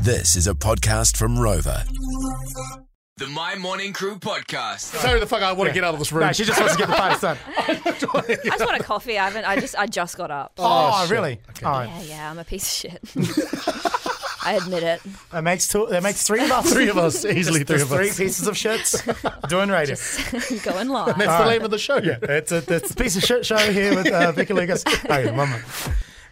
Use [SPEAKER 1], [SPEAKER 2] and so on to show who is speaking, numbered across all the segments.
[SPEAKER 1] This is a podcast from Rover.
[SPEAKER 2] The My Morning Crew Podcast.
[SPEAKER 3] Tell me the fuck I want to get out of this room.
[SPEAKER 4] No, she just wants to get the party started.
[SPEAKER 5] I just want a coffee. I haven't. I just. I just got up.
[SPEAKER 4] Oh, really? All right.
[SPEAKER 5] Yeah, yeah. I'm a piece of shit. I admit it.
[SPEAKER 4] That makes two. That makes three of us.
[SPEAKER 3] three of us, easily
[SPEAKER 4] Just
[SPEAKER 3] three
[SPEAKER 4] the
[SPEAKER 3] of us.
[SPEAKER 4] Three pieces of shit doing radio.
[SPEAKER 5] Going live.
[SPEAKER 3] That's the name of the show.
[SPEAKER 4] Yeah, it's a, it's a piece of shit show here with uh, Vicky Lucas. Okay, mama.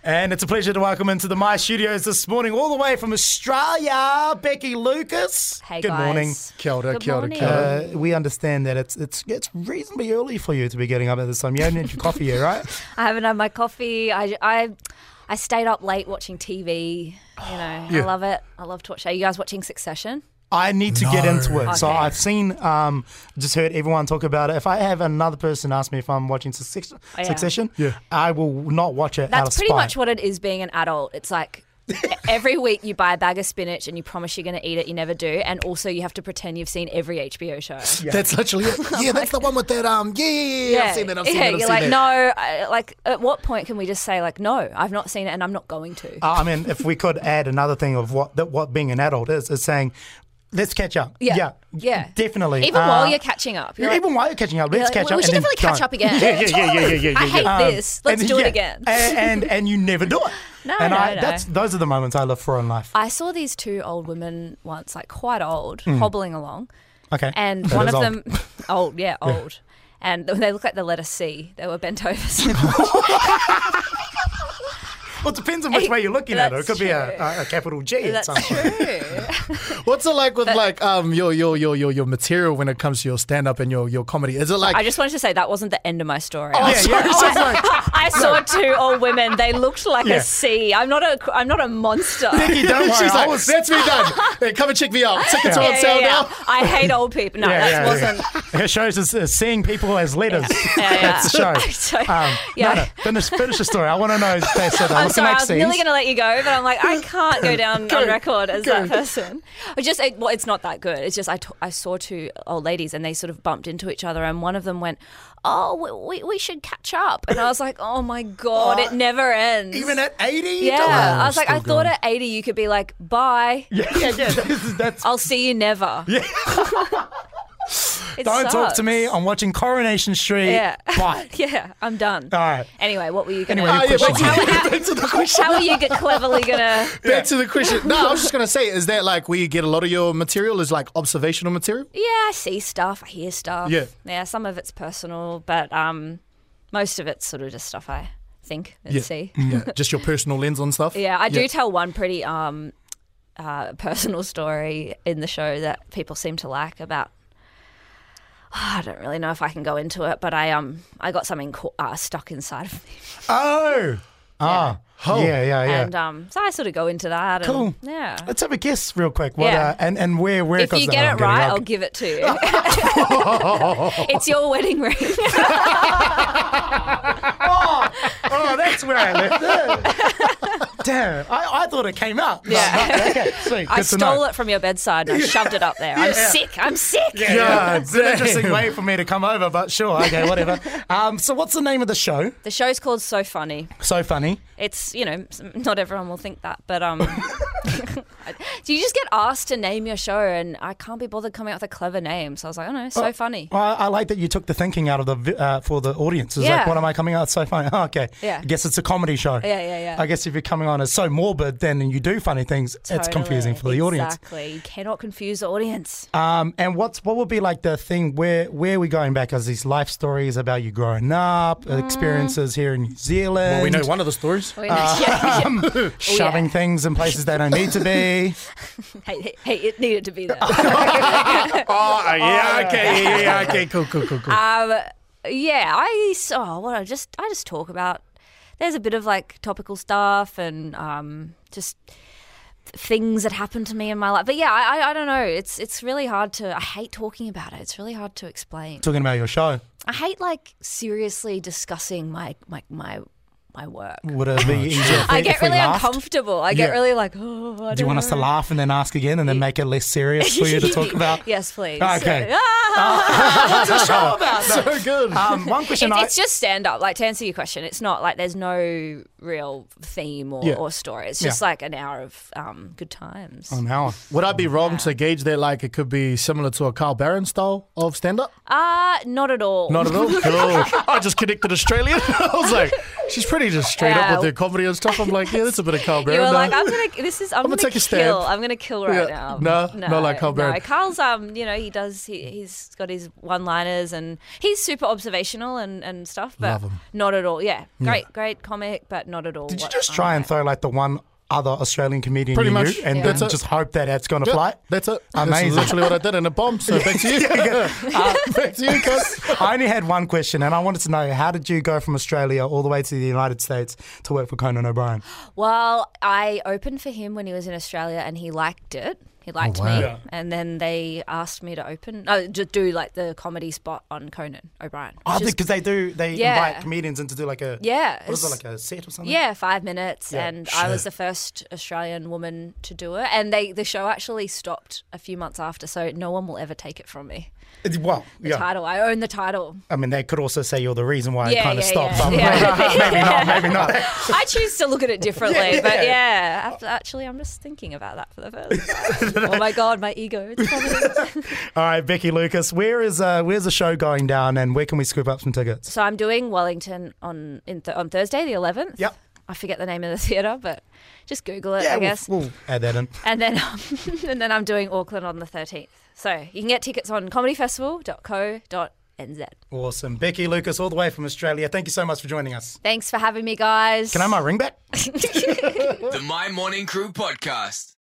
[SPEAKER 4] And it's a pleasure to welcome into the My Studios this morning, all the way from Australia, Becky Lucas.
[SPEAKER 5] Hey
[SPEAKER 4] Good
[SPEAKER 5] guys.
[SPEAKER 4] morning.
[SPEAKER 3] Kia ora,
[SPEAKER 5] Good
[SPEAKER 3] kia ora,
[SPEAKER 5] morning.
[SPEAKER 3] kia ora.
[SPEAKER 4] Uh, we understand that it's it's it's reasonably early for you to be getting up at this time. You haven't had your coffee yet, right?
[SPEAKER 5] I haven't had my coffee. I. I I stayed up late watching TV. You know, I love it. I love to watch. Are you guys watching Succession?
[SPEAKER 4] I need to get into it. So
[SPEAKER 5] Okay.
[SPEAKER 4] I've seen, um, just heard everyone talk about it. If I have another person ask me if I'm watching Succession,
[SPEAKER 5] Oh, yeah.
[SPEAKER 4] Succession I will not watch it out of
[SPEAKER 5] That's pretty
[SPEAKER 4] spite.
[SPEAKER 5] much what it is being an adult. It's like e- every week you buy a bag of spinach and you promise you're going to eat it, you never do, and also you have to pretend you've seen every HBO show.
[SPEAKER 3] That's literally it. Yeah, that's the one with that. Um, yeah, yeah, yeah. I've seen that. I've seen
[SPEAKER 5] yeah,
[SPEAKER 3] that.
[SPEAKER 5] you're
[SPEAKER 3] I've seen
[SPEAKER 5] like,
[SPEAKER 3] that.
[SPEAKER 5] no, I, like, at what point can we just say, like, no, I've not seen it and I'm not going to?
[SPEAKER 4] Uh, I mean, if we could add another thing of what that what being an adult is, is saying, let's catch up.
[SPEAKER 5] Yeah.
[SPEAKER 4] yeah,
[SPEAKER 5] Yeah.
[SPEAKER 4] definitely.
[SPEAKER 5] Even while
[SPEAKER 4] Uh,
[SPEAKER 5] you're catching up. You're
[SPEAKER 4] yeah,
[SPEAKER 5] like,
[SPEAKER 4] even while you're catching up, let's
[SPEAKER 5] like,
[SPEAKER 4] catch
[SPEAKER 5] we
[SPEAKER 4] up.
[SPEAKER 5] should
[SPEAKER 4] and then
[SPEAKER 5] definitely catch
[SPEAKER 4] don't.
[SPEAKER 5] up again.
[SPEAKER 3] Yeah, yeah, yeah, yeah, yeah,
[SPEAKER 5] I
[SPEAKER 3] yeah,
[SPEAKER 5] hate
[SPEAKER 3] yeah.
[SPEAKER 5] this.
[SPEAKER 4] Um,
[SPEAKER 5] Let's
[SPEAKER 4] And-
[SPEAKER 5] do
[SPEAKER 4] yeah.
[SPEAKER 5] it again.
[SPEAKER 4] and, and and you never do it.
[SPEAKER 5] No,
[SPEAKER 4] and
[SPEAKER 5] no,
[SPEAKER 4] I,
[SPEAKER 5] no.
[SPEAKER 4] That's those are the moments I live for in life.
[SPEAKER 5] I saw these two old women once, like quite old, hobbling along.
[SPEAKER 4] Okay,
[SPEAKER 5] And
[SPEAKER 4] That
[SPEAKER 5] one
[SPEAKER 4] is
[SPEAKER 5] of
[SPEAKER 4] old.
[SPEAKER 5] them, old, yeah, old. And they looked like the letter C. They were bent over.
[SPEAKER 4] Well, it depends on which way you're looking at it. It
[SPEAKER 5] That's
[SPEAKER 4] could be
[SPEAKER 5] true.
[SPEAKER 4] a, a, a capital G. at
[SPEAKER 5] That's
[SPEAKER 4] some point.
[SPEAKER 5] true.
[SPEAKER 3] What's it like with like um your your your your your material when it comes to your stand up and your your comedy? Is it like
[SPEAKER 5] I just wanted to say that wasn't the end of my story.
[SPEAKER 3] Oh,
[SPEAKER 5] I-
[SPEAKER 4] Yeah,
[SPEAKER 3] sorry,
[SPEAKER 4] yeah.
[SPEAKER 3] sorry, sorry.
[SPEAKER 5] I saw two old women. They looked like
[SPEAKER 4] Yeah.
[SPEAKER 5] a sea. I'm not a. I'm not a monster. yeah,
[SPEAKER 4] Becky, don't worry.
[SPEAKER 3] She's
[SPEAKER 4] I
[SPEAKER 3] like,
[SPEAKER 4] was
[SPEAKER 3] that's me done. Hey, come and check me out. Tickets are on
[SPEAKER 5] yeah,
[SPEAKER 3] sale
[SPEAKER 5] yeah.
[SPEAKER 3] now.
[SPEAKER 5] I hate old people. No, that wasn't.
[SPEAKER 4] Her shows is uh, seeing people as letters.
[SPEAKER 5] yeah.
[SPEAKER 4] That's the show.
[SPEAKER 5] So,
[SPEAKER 4] Um, No,
[SPEAKER 5] yeah.
[SPEAKER 4] no, finish, finish the story. I want to know. if They said,
[SPEAKER 5] I'm
[SPEAKER 4] "What's the
[SPEAKER 5] sorry, I
[SPEAKER 4] next
[SPEAKER 5] was nearly
[SPEAKER 4] scene?"
[SPEAKER 5] going to let you go, but I'm like, I can't go down on record as that person. I just, it, well, it's not that good. It's just I, t- I saw two old ladies and they sort of bumped into each other, and one of them went, "Oh, we, we, we should catch up," and I was like, "Oh my god, it never ends."
[SPEAKER 3] Even at 80?
[SPEAKER 5] yeah,
[SPEAKER 4] Oh,
[SPEAKER 5] I was like, I
[SPEAKER 3] still
[SPEAKER 5] thought at 80 you could be like, "Bye,
[SPEAKER 4] Yeah, yeah, yeah. That's, that's,
[SPEAKER 5] I'll see you never." Yeah.
[SPEAKER 4] don't talk to me. I'm watching Coronation Street.
[SPEAKER 5] Oh, Yeah.
[SPEAKER 4] Bye.
[SPEAKER 5] Yeah, I'm done.
[SPEAKER 4] All right.
[SPEAKER 5] Anyway, what were you going to?
[SPEAKER 4] Anyway, your
[SPEAKER 3] Oh, yeah,
[SPEAKER 4] question.
[SPEAKER 3] back, to, back to the question.
[SPEAKER 5] How are you g- cleverly gonna?
[SPEAKER 3] Back to the question. No, I was just gonna say, is that like where you get a lot of your material is like observational material?
[SPEAKER 5] Yeah, I see stuff, I hear stuff.
[SPEAKER 3] Yeah.
[SPEAKER 5] yeah. Some of it's personal, but um, most of it's sort of just stuff I think and see.
[SPEAKER 3] Yeah, just your personal lens on stuff.
[SPEAKER 5] Yeah, I do tell one pretty um, uh, personal story in the show that people seem to like about. oh, I don't really know if I can go into it, but I um I got something co- uh, stuck inside of me,
[SPEAKER 4] Oh. Ah.
[SPEAKER 3] Oh.
[SPEAKER 4] Yeah, yeah, yeah.
[SPEAKER 5] and um so I sort of go into that. And,
[SPEAKER 4] Cool.
[SPEAKER 5] Yeah.
[SPEAKER 4] Let's have a guess real quick. What?
[SPEAKER 5] Yeah.
[SPEAKER 4] Uh, and and where where it
[SPEAKER 5] If
[SPEAKER 4] goes
[SPEAKER 5] you
[SPEAKER 4] down, uh, I'm
[SPEAKER 5] get it
[SPEAKER 4] getting
[SPEAKER 5] right,
[SPEAKER 4] out.
[SPEAKER 5] I'll give it to you. it's your wedding ring.
[SPEAKER 4] Oh, that's where I left it. Damn, I, I thought it came out.
[SPEAKER 5] Yeah.
[SPEAKER 4] No, no, okay, sweet.
[SPEAKER 5] I
[SPEAKER 4] Good to know.
[SPEAKER 5] stole it from your bedside and I shoved it up there. I'm sick. I'm sick.
[SPEAKER 4] Yeah, it's an interesting way for me to come over, but sure, okay, whatever. Um, so, what's the name of the show?
[SPEAKER 5] The show's called So Funny.
[SPEAKER 4] So funny.
[SPEAKER 5] It's you know s- not everyone will think that, but um, do you just get asked to name your show and I can't be bothered coming up with a clever name, so I was like, oh no, So Funny.
[SPEAKER 4] Well, I, I like that you took the thinking out of the vi- uh, for the audience. It's like,
[SPEAKER 5] Yeah.
[SPEAKER 4] what am I coming out so funny? Oh, okay,
[SPEAKER 5] Yeah.
[SPEAKER 4] I guess it's a comedy show.
[SPEAKER 5] Yeah, yeah, yeah.
[SPEAKER 4] I guess if you're coming on as so morbid, then you do funny things. It's confusing for the
[SPEAKER 5] Totally.
[SPEAKER 4] audience.
[SPEAKER 5] Exactly. You cannot confuse the audience.
[SPEAKER 4] Um, and what's what would be like the thing where where are we going back as these life stories about you growing up,
[SPEAKER 5] Mm.
[SPEAKER 4] experiences here in New Zealand?
[SPEAKER 3] Well, we know one of the stories.
[SPEAKER 5] Oh, yeah,
[SPEAKER 4] Um,
[SPEAKER 5] Oh, yeah.
[SPEAKER 4] shoving
[SPEAKER 5] yeah.
[SPEAKER 4] things in places they don't need to be.
[SPEAKER 5] Hey, hey, hey, it needed to be there.
[SPEAKER 3] Oh, yeah, okay, yeah, yeah, okay, cool, cool, cool, cool.
[SPEAKER 5] Um, yeah, I saw what I just I just talk about. There's a bit of like topical stuff and um, just things that happened to me in my life. But yeah, I, I I don't know. It's it's really hard to. I hate talking about it. It's really hard to explain.
[SPEAKER 4] Talking about your show.
[SPEAKER 5] I hate like seriously discussing my my my my work.
[SPEAKER 4] Would it
[SPEAKER 3] Oh,
[SPEAKER 4] be easier if we,
[SPEAKER 5] I get
[SPEAKER 4] if we
[SPEAKER 5] really
[SPEAKER 4] laughed?
[SPEAKER 5] uncomfortable. I get
[SPEAKER 4] Yeah.
[SPEAKER 5] really like, oh, I
[SPEAKER 4] Do you want us to laugh and then ask again and then make it less serious for you to talk about?
[SPEAKER 5] yes, please.
[SPEAKER 4] Okay.
[SPEAKER 5] Ah!
[SPEAKER 3] so good.
[SPEAKER 4] Um, one question
[SPEAKER 5] It's,
[SPEAKER 4] I
[SPEAKER 5] it's just stand up. Like to answer your question, it's not like there's no real theme or,
[SPEAKER 3] Yeah.
[SPEAKER 5] or story. It's
[SPEAKER 4] Yeah.
[SPEAKER 5] just like an hour of um, good times.
[SPEAKER 4] an hour.
[SPEAKER 3] Would I be wrong to gauge that like it could be similar to a Carl Barron style of stand up?
[SPEAKER 5] Uh, not at all.
[SPEAKER 3] Not at all. Cool. I just connected Australian. I was like, she's pretty just straight up
[SPEAKER 5] Yeah.
[SPEAKER 3] with her comedy and stuff. I'm like, yeah, that's a bit of Carl
[SPEAKER 5] you
[SPEAKER 3] Barron.
[SPEAKER 5] were like,
[SPEAKER 3] though.
[SPEAKER 5] I'm gonna. This is. I'm,
[SPEAKER 3] gonna
[SPEAKER 5] gonna,
[SPEAKER 3] take a stab.
[SPEAKER 5] kill. I'm gonna kill right
[SPEAKER 3] Yeah.
[SPEAKER 5] now.
[SPEAKER 3] No, not like Carl Barron.
[SPEAKER 5] No, Carl's um, you know, he does. He he's got his one-liners and he's super observational and and stuff. But
[SPEAKER 3] Love him.
[SPEAKER 5] not at all. Yeah, great, great comic, but not at all.
[SPEAKER 4] Did you
[SPEAKER 5] what
[SPEAKER 4] just
[SPEAKER 5] I'm
[SPEAKER 4] try and
[SPEAKER 5] at.
[SPEAKER 4] throw like the one other Australian comedian
[SPEAKER 3] Pretty
[SPEAKER 4] you
[SPEAKER 3] much.
[SPEAKER 4] knew and
[SPEAKER 5] Yeah.
[SPEAKER 4] then
[SPEAKER 3] That's it.
[SPEAKER 4] just hope that that's going to
[SPEAKER 3] Yep,
[SPEAKER 4] fly?
[SPEAKER 3] That's it.
[SPEAKER 4] Amazing.
[SPEAKER 3] That's literally what I did, and it bombed. So back to you. back to you, guys.
[SPEAKER 4] I only had one question and I wanted to know how did you go from Australia all the way to the United States to work for Conan O'Brien?
[SPEAKER 5] Well, I opened for him when he was in Australia, and he liked it. He
[SPEAKER 4] Oh,
[SPEAKER 5] liked
[SPEAKER 3] wow.
[SPEAKER 5] me,
[SPEAKER 3] Yeah.
[SPEAKER 5] and then they asked me to open, uh, just do like the comedy spot on Conan O'Brien.
[SPEAKER 4] Oh,
[SPEAKER 5] which is-
[SPEAKER 4] because they do, they
[SPEAKER 5] Yeah.
[SPEAKER 4] invite comedians in to do like a,
[SPEAKER 5] yeah,
[SPEAKER 4] what is it,
[SPEAKER 5] it's-
[SPEAKER 4] like a set or something?
[SPEAKER 5] Yeah, five minutes,
[SPEAKER 4] Yeah.
[SPEAKER 5] and I was the first Australian woman to do it. And they the show actually stopped a few months after, so no one will ever take it from me.
[SPEAKER 4] It- Well,
[SPEAKER 5] The
[SPEAKER 4] yeah.
[SPEAKER 5] title, I own the title.
[SPEAKER 4] I mean, they could also say you're the reason why it
[SPEAKER 5] Yeah,
[SPEAKER 4] kind of
[SPEAKER 5] yeah,
[SPEAKER 4] stopped.
[SPEAKER 5] yeah,
[SPEAKER 4] but
[SPEAKER 5] yeah.
[SPEAKER 4] maybe not, maybe not.
[SPEAKER 5] I choose to look at it differently, but yeah, act- actually, I'm just thinking about that for the first time. oh my god, my ego. It's probably-
[SPEAKER 4] All right, Becky Lucas, where is uh, where's the show going down, and where can we scoop up some tickets?
[SPEAKER 5] so I'm doing Wellington on in th- on Thursday, the 11th.
[SPEAKER 4] Yep.
[SPEAKER 5] I forget the name of the theatre, but just Google it, I
[SPEAKER 4] we'll-
[SPEAKER 5] guess.
[SPEAKER 4] We'll, add that in.
[SPEAKER 5] and then um, and then I'm doing Auckland on the 13th. So you can get tickets on comedyfestival.co.nz.
[SPEAKER 4] Awesome, Becky Lucas, all the way from Australia. Thank you so much for joining us.
[SPEAKER 5] Thanks for having me, guys.
[SPEAKER 4] Can I have my ring back?
[SPEAKER 2] The My Morning Crew Podcast.